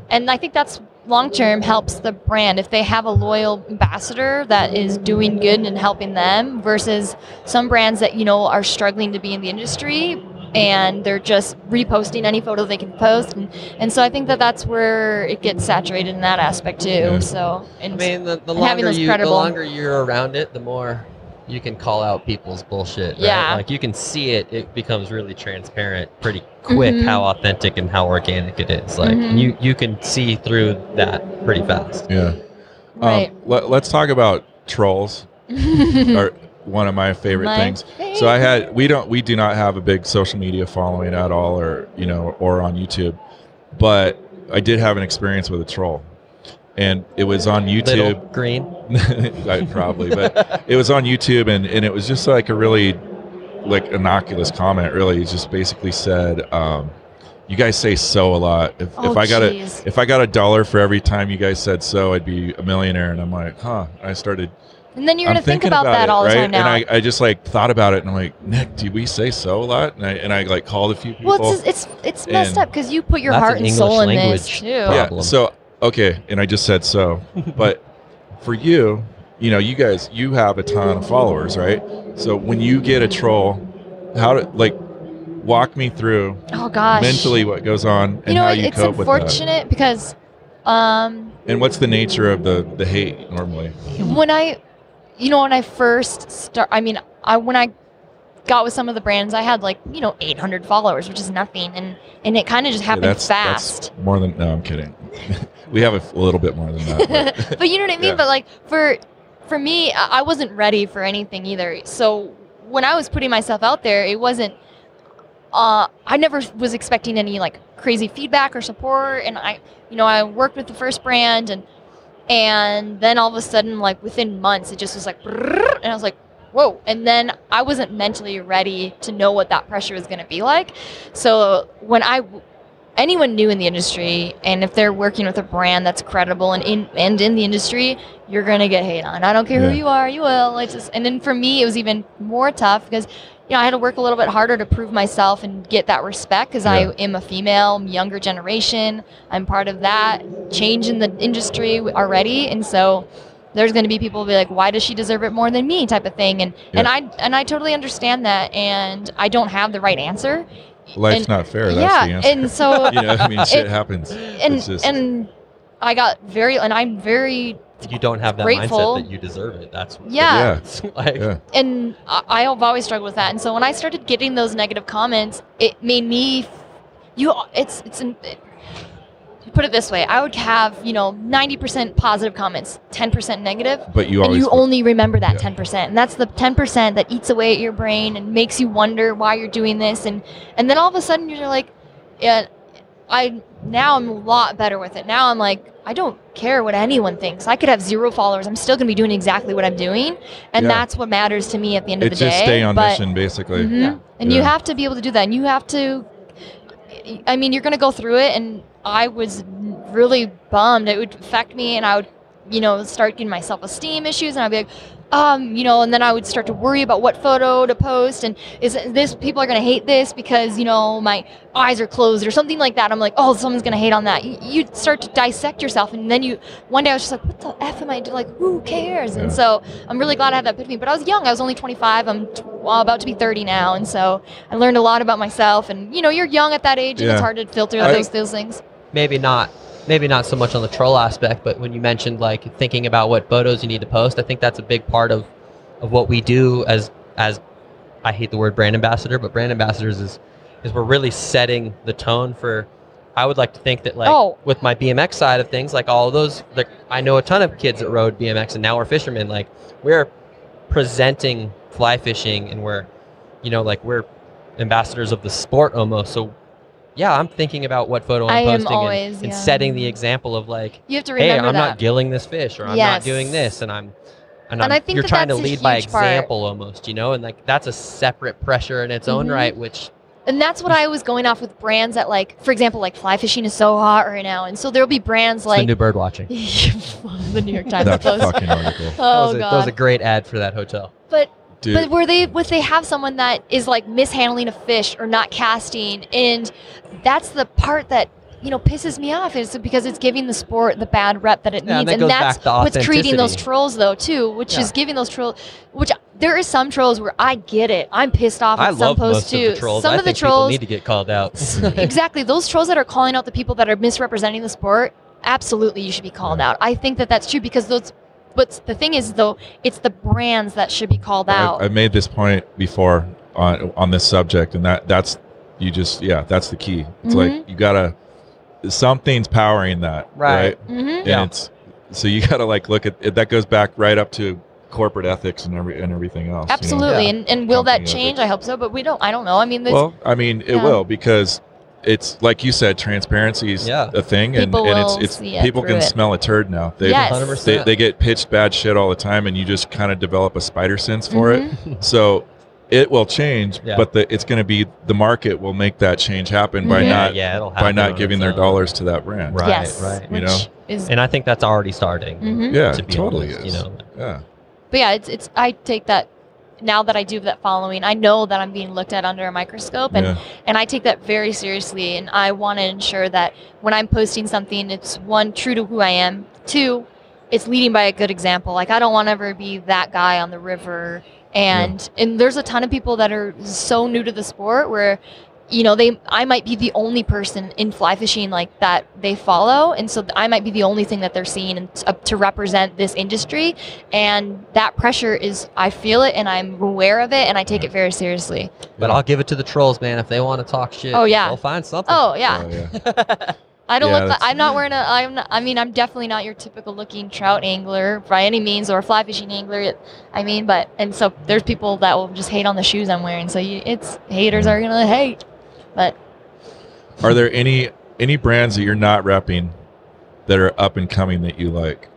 and I think that's long term helps the brand if they have a loyal ambassador that is doing good and helping them versus some brands that you know are struggling to be in the industry and they're just reposting any photo they can post and, and so i think that that's where it gets saturated in that aspect too Yeah. so I and mean, the, the having longer those you, credible- the longer you're around it, the more you can call out people's bullshit. right? Yeah. Like you can see it. It becomes really transparent pretty quick Mhm. how authentic and how organic it is. Like Mhm. you, you can see through that pretty fast. Yeah. right Um, let, let's talk about trolls. are one of my favorite My things. Um, So I had we don't we do not have a big social media following at all or you know or on YouTube, but I did have an experience with a troll, and it was on Little YouTube. green. I- probably, but it was on YouTube, and and it was just like a really like innocuous comment. Really, it just basically said, um, "You guys say so a lot. If, Oh, if I got a jeez. if I got a dollar for every time you guys said so, I'd be a millionaire." And I'm like, "Huh." I started and then you're I'm gonna think thinking about, that it, all the right? time now And I, I just like thought about it and I'm like, Nick, do we say so a lot? And I, and I like called a few people. well it's it's it's And- messed up because you put your That's heart an and soul in English this language too problem. yeah. So, okay. And I just said so. but for you, you know, you guys, you have a ton of followers, right? So when you get a troll, how do, like, walk me through oh gosh mentally what goes on and you know how it- you it's cope with that? unfortunate because um And what's the nature of the, the hate normally? when I, you know, when I first start, I mean, I when I got with some of the brands, I had like you know 800 followers, which is nothing, and and it kind of just Yeah, happened fast. That's more than, no, I'm kidding. we have a f- little bit more than that. but- but you know what I mean. Yeah. But like for for me, I I wasn't ready for anything either. So when I was putting myself out there, it wasn't. Uh, I never was expecting any like crazy feedback or support, and I, you know, I worked with the first brand, and and then all of a sudden, like within months, it just was like, brrrr, and I was like, whoa! And then I wasn't mentally ready to know what that pressure was going to be like. So when I anyone new in the industry and if they're working with a brand that's credible and in and in the industry you're gonna get hate on i don't care Yeah. who you are you will it's just and then for me it was even more tough because you know, I had to work a little bit harder to prove myself and get that respect because I Yeah. am a female, I'm younger generation. I'm part of that change in the industry already, and so there's going to be people who be like, "Why does she deserve it more than me?" type of thing, and and I and I totally understand that, and I don't have the right answer. Life's And- not fair. That's yeah, the answer. and so you know, I mean, shit it- happens. and It's just- and I got very and I'm very You don't have that Grateful. mindset that you deserve it. That's what yeah, Yeah. It's like, Yeah. and I, I've always struggled with that. And so when I started getting those negative comments, it made me you it's it's an- it, put it this way i would have you know 90% positive comments 10% negative But you and always you only remember that Yeah. 10% and that's the 10% that eats away at your brain and makes you wonder why you're doing this and and then all of a sudden you're like yeah i now i'm a lot better with it now i'm like i don't care what anyone thinks i could have zero followers i'm still going to be doing exactly what i'm doing and Yeah. that's what matters to me at the end of it's the day just stay on but mission, basically. Mhm. Yeah. And you Yeah. have to be able to do that. And you have to, I mean, you're going to go through it. And I was really bummed. It would affect me. And I would, you know, start getting my self esteem issues. And I'd be like, um, you know, and then I would start to worry about what photo to post. And is it- this, people are going to hate this because, you know, my eyes are closed or something like that. I'm like, oh, someone's going to hate on that. You, you start to dissect yourself. And then you, one day I was just like, what the F am I doing? Like, who cares? Yeah. And so, I'm really glad I had that epiphany. But I was young. I was only 25. I'm t- well, about to be 30 now, and so I learned a lot about myself. And you know, you're young at that age, and Yeah. it's hard to filter I those those things. maybe not maybe not so much on the troll aspect but when you mentioned like thinking about what photos you need to post i think that's a big part of of what we do as as i hate the word brand ambassador but brand ambassadors is is we're really setting the tone for i would like to think that like Oh. with my bmx side of things like all those like i know a ton of kids that rode bmx and now we're fishermen like we're presenting fly fishing and we're you know like we're ambassadors of the sport almost so yeah i'm thinking about what photo i'm I am posting and- always, and, yeah. setting the example of like You have to hey remember i'm that. not gilling this fish or i'm not Yes. doing this and i'm and, And I'm, I think you're that trying to that's a lead by huge part. example almost you know and like that's a separate pressure in its own Mhm. right which and that's what I was going off with brands that like, for example, like fly fishing is so hot right now, and so there'll be brands the like new bird watching that the New York Times That post. fucking article. Oh was, a, that was god! a great ad for that hotel but Dude, But where they, if they have someone that is like mishandling a fish or not casting, and that's the part that you know pisses me off is because it's giving the sport the bad rep that it Yeah, needs, and that and goes that's back to what's creating those authenticity. trolls though too, which Yeah. is giving those trolls. Which there is some trolls where I get it, I'm pissed off at i some love posts most too. of the trolls Some i of the think people trolls need to get called out exactly those trolls that are calling out the people that are misrepresenting the sport absolutely you should be called out i think that that's true because those but the thing is though it's the brands that should be called out I, I made this point before on on this subject, and that that's you just yeah, that's the key. It's Mm-hmm. like you gotta something's powering that, Right. hmm And Yeah. it's so you gotta like look at it, that goes back right up to corporate ethics and every and everything else. you know? Absolutely, Yeah. and and will that Company change? ethics. I hope so, but we don't. I don't know. I mean, there's Well, I mean, it Yeah. will because it's like you said, transparency is Yeah. a thing, and, People and will it's see it's it people through can it. smell a turd now. They, Yes. 100% they they get pitched bad shit all the time, and you just kind of develop a spider sense for it. Mhm. So it will change, Yeah. but the, it's going to be the market will make that change happen by Mhm. yeah, not yeah, it'll by happen not on giving its their own. dollars to that brand. Right, yes, right. You which know? is and i think that's already starting mhm. Yeah, to be totally honest, is. you know Yeah, but yeah, it's it's. I take that now that I do have that following. I know that I'm being looked at under a microscope, and yeah, and I take that very seriously. And I want to ensure that when I'm posting something, it's one true to who I am. Two, it's leading by a good example. Like I don't want to ever be that guy on the river. And and there's a ton of people that are so new to the sport where, you know, they I might be the only person in fly fishing like that they follow, and so I might be the only thing that they're seeing and t- up to represent this industry. And that pressure is I feel it, and I'm aware of it, and I take it very seriously. but i'll give it to the trolls man if they want to talk shit Oh, yeah. they'll find something Oh yeah, Oh, yeah. I don't Yeah, look. Like, that's- I'm not wearing a. I'm. Not, I mean, I'm definitely not your typical looking trout angler by any means, or fly fishing angler. I mean, but and so there's people that will just hate on the shoes I'm wearing. So you, it's haters are gonna hate. But Are there any any brands that you're not repping that are up and coming that you like?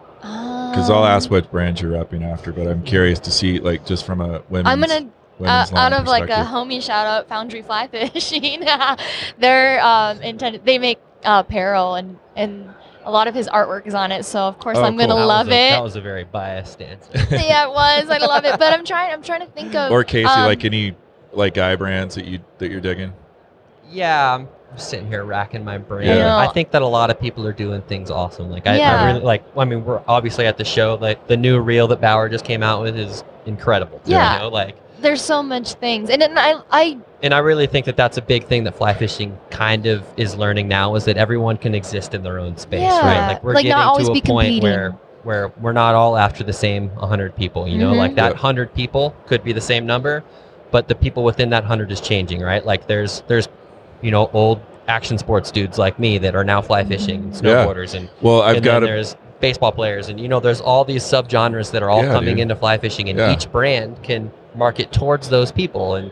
Because because I'll ask what brand you're repping after, but I'm curious to see like just from a women's. I'm gonna uh, women's line out of like a perspective. homie shout out Foundry Fly Fishing. They're um, intended. They make uh, apparel and and a lot of his artwork is on it. So of course Oh, I'm gonna cool. That was love a- That it. was a very biased answer. yeah, it was. I love it. But I'm trying. I'm trying to think of. or Casey, um, like any like eye brands that you that you're digging? Yeah, I'm sitting here racking my brain. Yeah. I I know. think that a lot of people are doing things awesome. Like I, Yeah. I really like. I mean, we're obviously at the show. Like the new reel that Bauer just came out with is incredible. too, Yeah. You know, like, There's so much things, and, and I I and I really think that that's a big thing that fly fishing kind of is learning now is that everyone can exist in their own space, Yeah. right? Like we're Like, not getting always to be a point competing. where where we're not all after the same 100 people. You know, Mhm. like that Yep. 100 people could be the same number, but the people within that 100 is changing, right? Like there's there's you know old action sports dudes like me that are now fly fishing and Yeah. snowboarders and Well, I've and got then a there's baseball players and you know there's all these subgenres that are all Yeah, coming dude. into fly fishing and Yeah. each brand can market towards those people and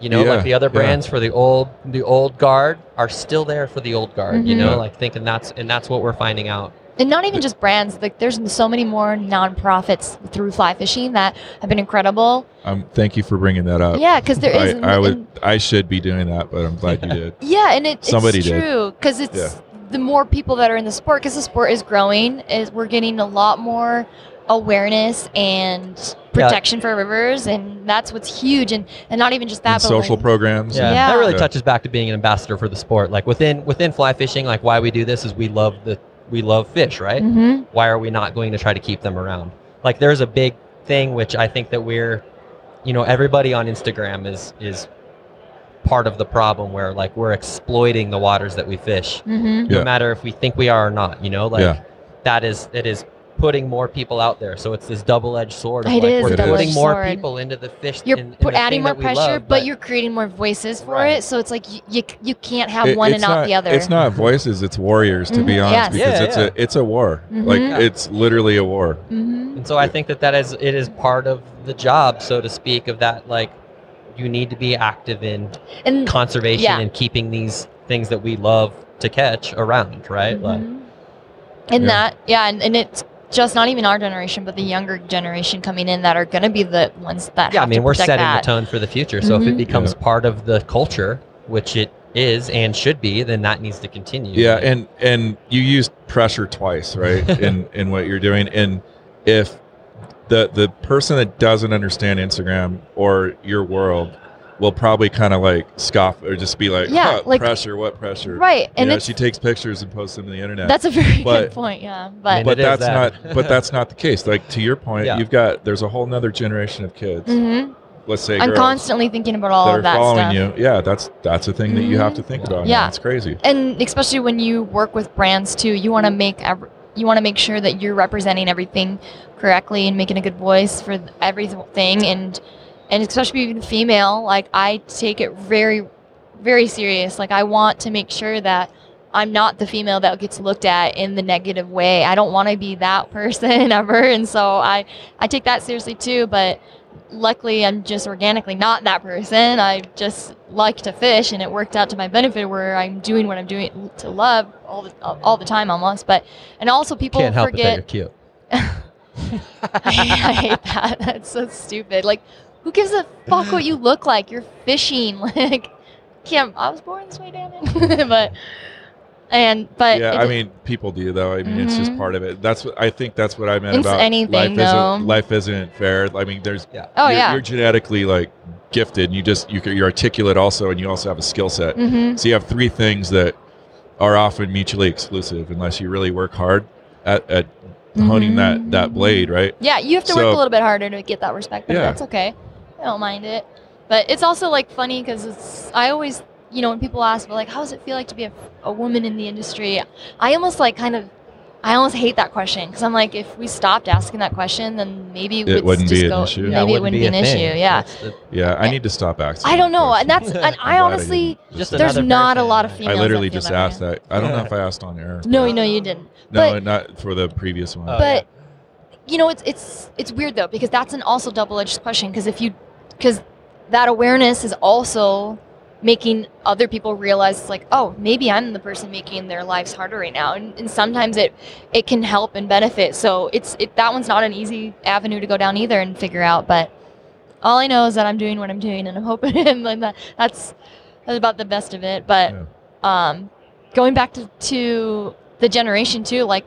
you know Yeah, like the other yeah. brands for the old the old guard are still there for the old guard you Mhm. know Yeah. like thinking that's and that's what we're finding out and not even just brands. Like there's so many more nonprofits through fly fishing that have been incredible. um, thank you for bringing that up. yeah, because there is. and- I, I would and- I should be doing that, but I'm glad you did. Yeah, and it, Somebody it's did. true because it's the more people that are in the sport because the sport is growing. Is we're getting a lot more awareness and Yeah. protection for rivers, and that's what's huge. And and not even just that, And but social like, programs. Yeah. and- that really Yeah. touches back to being an ambassador for the sport like within within fly fishing like why we do this is we love the we love fish right Mhm. why are we not going to try to keep them around? Like there's a big thing which I think that we're you know everybody on Instagram is is part of the problem where like we're exploiting the waters that we fish Mhm. Yeah. no matter if we think we are or not, you know? Like Yeah. that is it is putting more people out there. So it's this double-edged sword of It like is we're a putting double-edged more sword. people into the fish You're in- in put the adding thing more that we pressure, love, but, you're creating more voices for Right. it. So it's like you you, you can't have It- one it's and not, the other. It's not voices, it's warriors to be Mhm. honest, Yes. because Yeah, it's yeah. a it's a war. Mhm. Like Yeah. it's literally a war. Mhm. And so I think that that is it is part of the job so to speak of that like you need to be active in And conservation Yeah. and keeping these things that we love to catch around, right? Like, Mhm. and Yeah. that yeah and, and it's just not even our generation but the younger generation coming in that are going to be the ones that yeah, I have mean, to we're protect setting that. the tone for the future. So if Mhm. it becomes part of the culture, which it is and should be, then that needs to continue. Yeah, and and you used pressure twice, right? in in what you're doing, and if the the person that doesn't understand Instagram or your world will probably kind of like scoff or just be like, Yeah, "Huh, like- pressure, what pressure?" right And and you know, it's, she takes pictures and posts them to the internet. that's a very But- good point yeah And but but it is that's that. not but that's not the case. Like to your point, Yeah. you've got there's a whole nother generation of kids. mhm. Let's say i'm girls, constantly thinking about all that are of that following stuff Mm-hmm. you. Yeah, that's that's a thing that you have to think about. Yeah. Yeah, it's crazy. and especially when you work with brands too you Mm-hmm. want to make ev- you want to make sure that you're representing everything correctly and making a good voice for th- everything and and especially being female like i take it very very serious like i want to make sure that i'm not the female that gets looked at in the negative way i don't want to be that person ever and so i i take that seriously too but luckily I'm just organically not that person. I just like to fish, and it worked out to my benefit where I'm doing what I'm doing to love all the all the time almost. But and also people can't help forget. it that you're cute. I, hate that. That's so stupid. Like, who gives a fuck what you look like? You're fishing. Like, Kim, I was born this way, damn it. but and but yeah, it- I mean, people do though. I mean, it's just Mhm. part of it. That's what I think. That's what I meant It's about anything, life though. isn't life isn't fair. I mean, there's oh you're, yeah. you're genetically like gifted. And you just you, you're articulate also, and you also have a skill set. mm-hmm. So you have three things that are often mutually exclusive unless you really work hard at, at honing Mm-hmm. that that blade, right? Yeah, you have to work a So- little bit harder to get that respect, but Yeah. that's okay. I don't mind it. But it's also like funny because it's I always you know when people ask, but like, how does it feel like to be a, a woman in the industry? I almost like kind of I almost hate that question because I'm like, if we stopped asking that question, then maybe It wouldn't just be an go, issue. Yeah, it Maybe it wouldn't be, an a thing. issue. Yeah, That's the- Yeah, I need to stop asking. I don't know, that and that's and question. I I'm glad honestly didn't. Just there's another not a person, lot of yeah. I females. I literally that feel just that way. asked that. I don't know if I asked on air. No, no, you didn't. No, but- not for the previous one. Oh, but you know it's it's it's weird though because that's an also double-edged question because if you because that awareness is also making other people realize like oh maybe i'm the person making their lives harder right now and, and sometimes it it can help and benefit so it's it, that one's not an easy avenue to go down either and figure out but all i know is that i'm doing what i'm doing and i'm hoping and then that, that's that's about the best of it but um going back to, to the generation too, like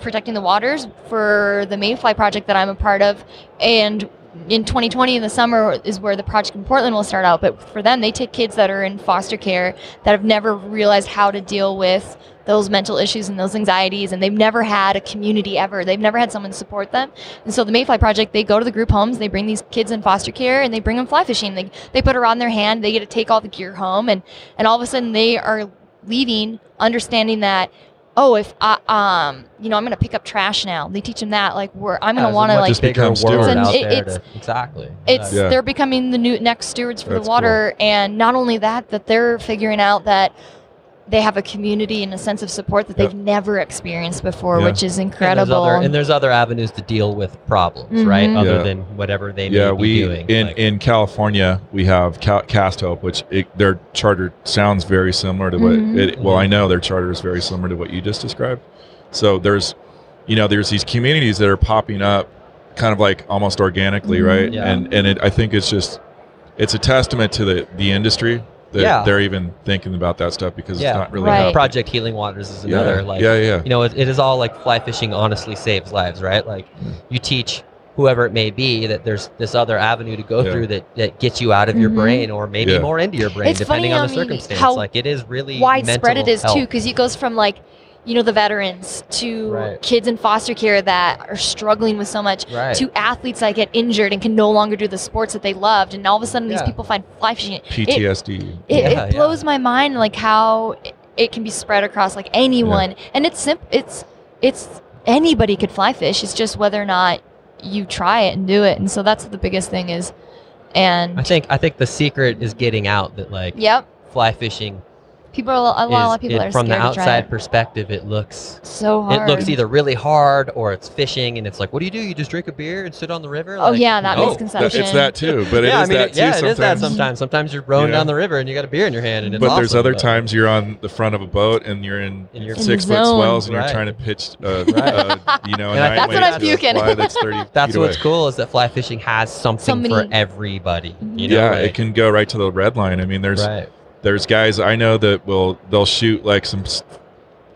protecting the waters for the Mayfly project that I'm a part of. And in 2020 in the summer is where the project in Portland will start out. But for them, they take kids that are in foster care that have never realized how to deal with those mental issues and those anxieties, and they've never had a community ever. They've never had someone support them. And so the Mayfly Project, they go to the group homes, they bring these kids in foster care, and they bring them fly fishing. They, they put a rod in their hand, they get to take all the gear home, and, and all of a sudden they are leaving understanding that oh, if I, um, you know, I'm going to pick up trash now. They teach them that, like, where I'm going to want to, like, just become stewards. out It's an- there it's- to- exactly. it's Yeah. they're becoming the new next stewards for That's the water, and not only that, that they're figuring out that they have a community and a sense of support that Yeah. they've never experienced before, Yeah. which is And there's, incredible. other, and there's other avenues to deal with problems, right? Mhm. Other Yeah. than whatever they yeah may we be doing. in Like, in california we have Ca- cast hope which it, their charter sounds very similar to what Mhm. it well i know their charter is very similar to what you just described so there's you know there's these communities that are popping up kind of like almost organically Mhm. right Yeah. and and it, i think it's just it's a testament to the the industry that Yeah. they're even thinking about that stuff because Yeah. it's not really Right. happening. Project Healing Waters is yeah. another like yeah yeah you know it, it is all like fly fishing honestly saves lives right like you teach whoever it may be that there's this other avenue to go Yeah. through that that gets you out of your Mhm. brain or maybe Yeah. more into your brain It's depending funny on the how many- circumstance how like it is really widespread it mental is too, health. because it goes from like, you know, the veterans to Right. kids in foster care that are struggling with so much. right To athletes that get injured and can no longer do the sports that they loved, and all of a sudden these Yeah. people find fly fishing ptsd it, Yeah, it blows my mind like how i- it can be spread across like anyone and it's simp- it's it's anybody could fly fish it's just whether or not you try it and do it and so that's the biggest thing is and i think i think the secret is getting out that like yep fly fishing people are a lot is- of people it- are from the scared to try outside it. perspective it looks so hard it looks e- either really hard or it's fishing and it's like what do you do you just drink a beer and sit on the river oh Like, yeah that oh, that, misconception it's that too but it is yeah, I mean, that it- too yeah, sometimes it is that sometimes. Sometimes you're rowing You know? down the river and you got a beer in your hand, and it's but there's awesome, other times you're on the front of a boat and you're in, And you're- In the six foot zone. swells and Right. you're trying to pitch, uh, Right. uh, you know, a And I nine think weight that's what I'm to a puking. fly that's thirty. That's feet what's away. cool is that fly fishing has something for many- everybody. Mm-hmm. You know, yeah, like- it can go right to the red line. I mean, there's right. there's guys I know that will they'll shoot like some s-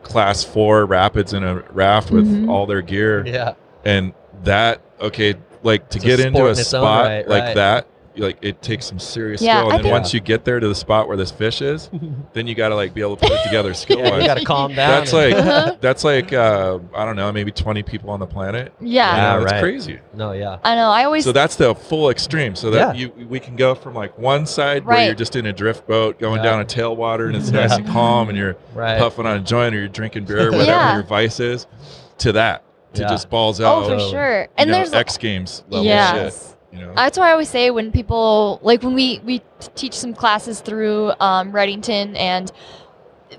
class four rapids in a raft with Mhm. all their gear, Yeah, and that okay, like to It's a get into sport a in its own spot right, like right. that, like it takes some serious Yeah, skill. And I then think- once you get there to the spot where this fish is, then you got to like be able to put it together skill yeah, wise. you got to calm down. That's and- like Uh-huh. that's like uh, I don't know, maybe twenty people on the planet. yeah Yeah, you know, that's Ah, right. crazy. no, yeah, i know i always So that's the full extreme. So that you we can go from like one side where you're Right. just in a drift boat going Yeah. down a tailwater and it's nice Yeah. and calm and you're right. puffing on a joint or you're drinking beer, whatever Yeah. your vice is, to that to Yeah. just balls out. oh for Oh, sure uh, you and know, there's X Games level shit. yes You know, That's why I always say when people like when we we t- teach some classes through um, Reddington and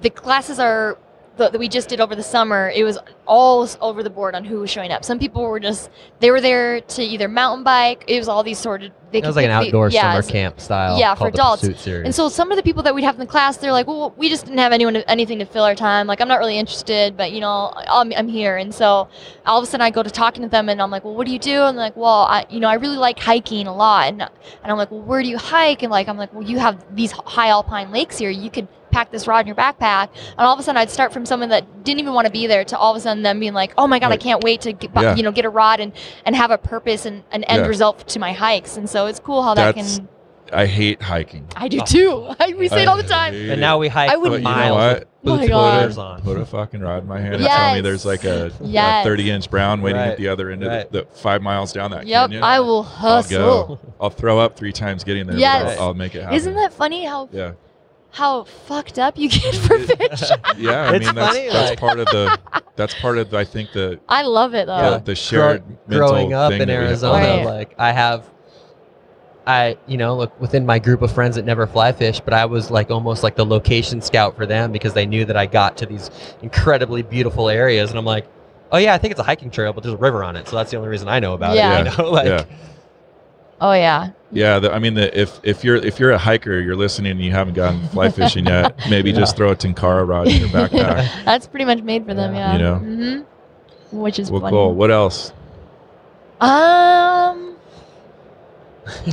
the classes are th- that we just did over the summer. It was all s- over the board on who was showing up. Some people were just they were there to either mountain bike. It was all these sorted. They It was could like an pick the- outdoor yeah, summer it's- camp style. yeah, for called the adults. Pursuit Series. And so some of the people that we'd have in the class, they're like, "Well, we just didn't have anyone anything to fill our time. Like, I'm not really interested, but you know, I'm, I'm here." And so all of a sudden, I go to talking to them, and I'm like, "Well, what do you do?" And they're like, "Well, I, you know, I really like hiking a lot." And and I'm like, "Well, where do you hike?" And like, I'm like, "Well, you have these high alpine lakes here. You could." pack this rod in your backpack and all of a sudden i'd start from someone that didn't even want to be there to all of a sudden them being like oh my god i Right. can't wait to get, bu- Yeah. you know get a rod and and have a purpose and an end Yeah. result to my hikes and so it's cool how That's- that can I hate hiking. i do too I, we say it all the time hate and it. now we hike I for would- But you know miles with what? My boots and God. blazers on. put a fucking rod in my hand and tell me Yes. there's like a Yes. thirty inch brown waiting Right. at the other end Right. of the, the five miles down that Yep, canyon. I will hustle. go. I'll throw up three times getting there. but Yes. I'll, I'll make it happen. Isn't that funny how Yeah, how fucked up you get for fish? yeah. I It's mean, that's, funny, that's like- part of the. That's part of I think the I love it the, though. the shared mental growing up thing in that we have. Arizona, Right. like I have, I you know look within my group of friends that never fly fish, but I was like almost like the location scout for them because they knew that I got to these incredibly beautiful areas, and I'm like, oh yeah, I think it's a hiking trail, but there's a river on it, so that's the only reason I know about Yeah. it. You know, like Yeah. Oh yeah, Yeah, the, I mean, the, if if you're if you're a hiker, you're listening, and you haven't gone fly fishing yet. Maybe Yeah. just throw a tinkara rod in your backpack. that's pretty much made for them. Yeah. Yeah. You know? hmm Which is well, funny. cool. What else? Um.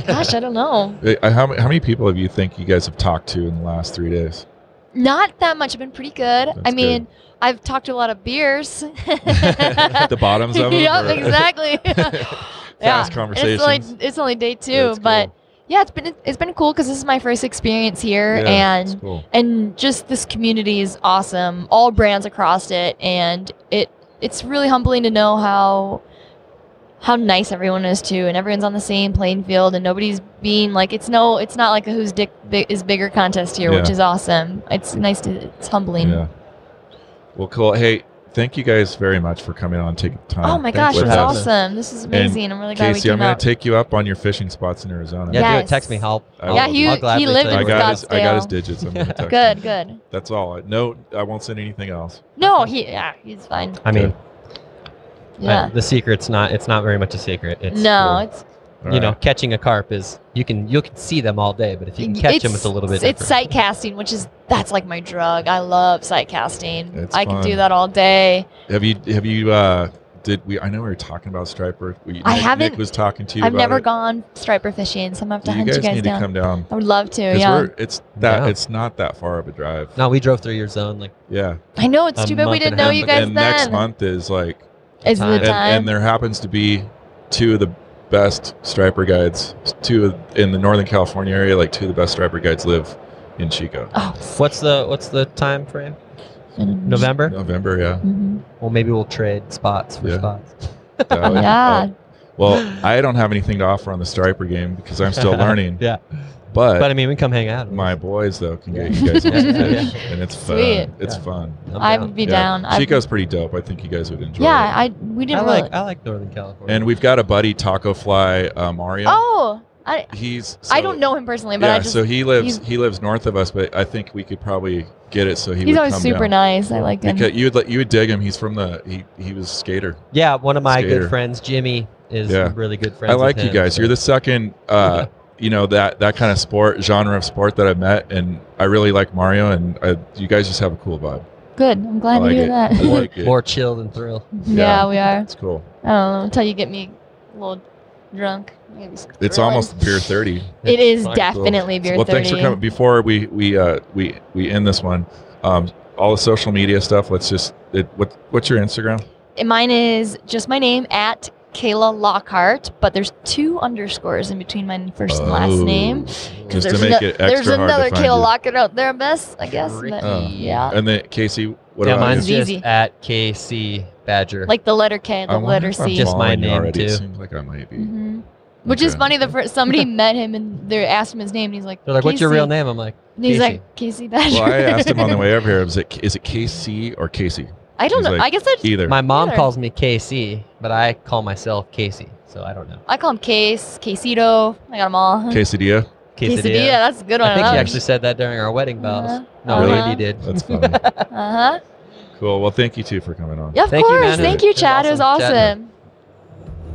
Gosh, I don't know. Uh, How, ma- how many people have you think you guys have talked to in the last three days? Not that much. I've been pretty good. I That's mean, I've talked to a lot of beers. the bottoms of them. yep, or- exactly. Fast And It's only, conversations. it's only day two, That's but cool. yeah, it's been it's been cool because this is my first experience here, Yeah, and that's cool. and just this community is awesome. All brands across it, and it it's really humbling to know how how nice everyone is too, and everyone's on the same playing field, and nobody's being like it's no, it's not like a whose dick big, is bigger contest here, which Yeah. is awesome. It's nice to it's humbling. Yeah. Well, cool. Hey, thank you guys very much for coming on, taking time. Oh my Thanks gosh, for with that's having us. us. awesome! This is amazing. I'm really glad Casey, we I'm came going out. to take you up on your fishing spots in Arizona. Yeah, do Yes. it. Text me. Help. I yeah, will. you I'll gladly he tell lives you I in where- got his, I got his Scottsdale. digits. I'm gonna text Good, him. good. That's all. No, I won't send anything else. No, he yeah, he's fine. I mean, Yeah. I- the secret's not. It's not very much a secret. It's no, it's All you know, right. catching a carp is you can you can see them all day, but if you can catch them, it's a little bit. It's different. sight casting, which is that's like my drug. I love sight casting. It's I can do fun. that all day. Have you have you uh did we I know we were talking about striper. We, I Nick, haven't- Nick was talking to you I've about never it. gone striper fishing, so I'm gonna have to you hunt guys you guys need down. to come down. I would love to. 'Cause Yeah, we're it's that Yeah. it's not that far of a drive. No, we drove through your zone. Like Yeah. I know it's a too bad we month didn't and a know half you ago. guys and then. next month is like is the Time. time. and, and there happens to be two of the best striper guides, two of, in the Northern California area, like two of the best striper guides live in Chico. oh, what's the what's the time frame? November. November, yeah. Mhm. Well, maybe we'll trade spots for Yeah. spots. That would- Yeah. Well, I don't have anything to offer on the striper game because I'm still learning. Yeah. But, But I mean, we can come hang out. Uh, my boys though can get you guys on Yeah. some fish, Yeah. and it's fun. Sweet. It's Yeah. fun. I'm I down. would be Yeah. down. I- Chico's pretty dope. I think you guys would enjoy. yeah, it. I we I didn't really. like I like Northern California. and we've got a buddy Taco Fly uh, Mario. oh, I he's I so- don't know him personally, but Yeah, I just so he lives he's- he lives north of us, but I think we could probably get it so he he's would always come super down. nice. I like him. Because you would like you would dig him. He's from the he he was a skater. yeah, one of my Skater. good friends, Jimmy, is Yeah. really good friends. I with like you him, guys. so- You're the second uh you know that that kind of sport genre of sport that I've met and I really like Mario and I, you guys just have a cool vibe. Good. I'm I glad like to hear it. that. I like it. more chill than thrill. yeah, we are. It's cool. I don't know until you get me a little drunk. Maybe It's thrilling. almost beer 30. It is Fine. definitely beer well, thirty. thanks for coming. Before we we uh, we we end this one, um, all the social media stuff. Let's just it, what what's your Instagram? And mine is just my name at Kayla Lockhart, but there's two underscores in between my first and last Oh, name. 'cause Just to there's make ano- it There's extra hard to another find Kayla you. Lockhart out there, best I guess. but- Oh. yeah, And then Casey, what yeah, about mine's you? you? just Easy. at KC Badger. like the letter K, I the wonder letter if I'm C. Just my following you name, already. It too. seems like I might be. Mhm. Which is Okay. funny. The first somebody met him and they asked him his name, and he's like, they're like, "What's your "Casey." real name?" I'm like, And he's Casey. like, Casey Badger. Well, I asked him on the way over here. Was it is it KC or Casey? I don't He's know. like, I guess I, Either. "My mom Either. calls me KC, but I call myself Casey." So I don't know. I call him Case, Casito. I got them all. Quesadilla. Quesadilla. That's a good one. I think love he it. actually said that during our wedding vows. Uh-huh. No, Really? Randy did. That's fun. Uh-huh. cool. Well, thank you two for coming on. Yeah, of Thank you, course. man. Thank It you, was Chad. It was awesome chatting. awesome.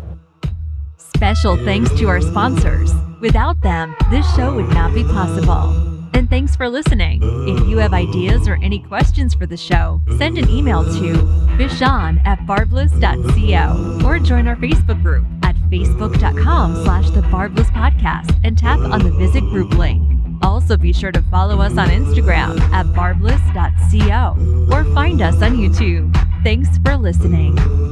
Special thanks to our sponsors. Without them, this show would not be possible. And thanks for listening. If you have ideas or any questions for the show, send an email to bishan at barbless.co or join our Facebook group at facebook.com slash the barbless podcast and tap on the visit group link. Also be sure to follow us on Instagram at barbless.co or find us on YouTube. Thanks for listening.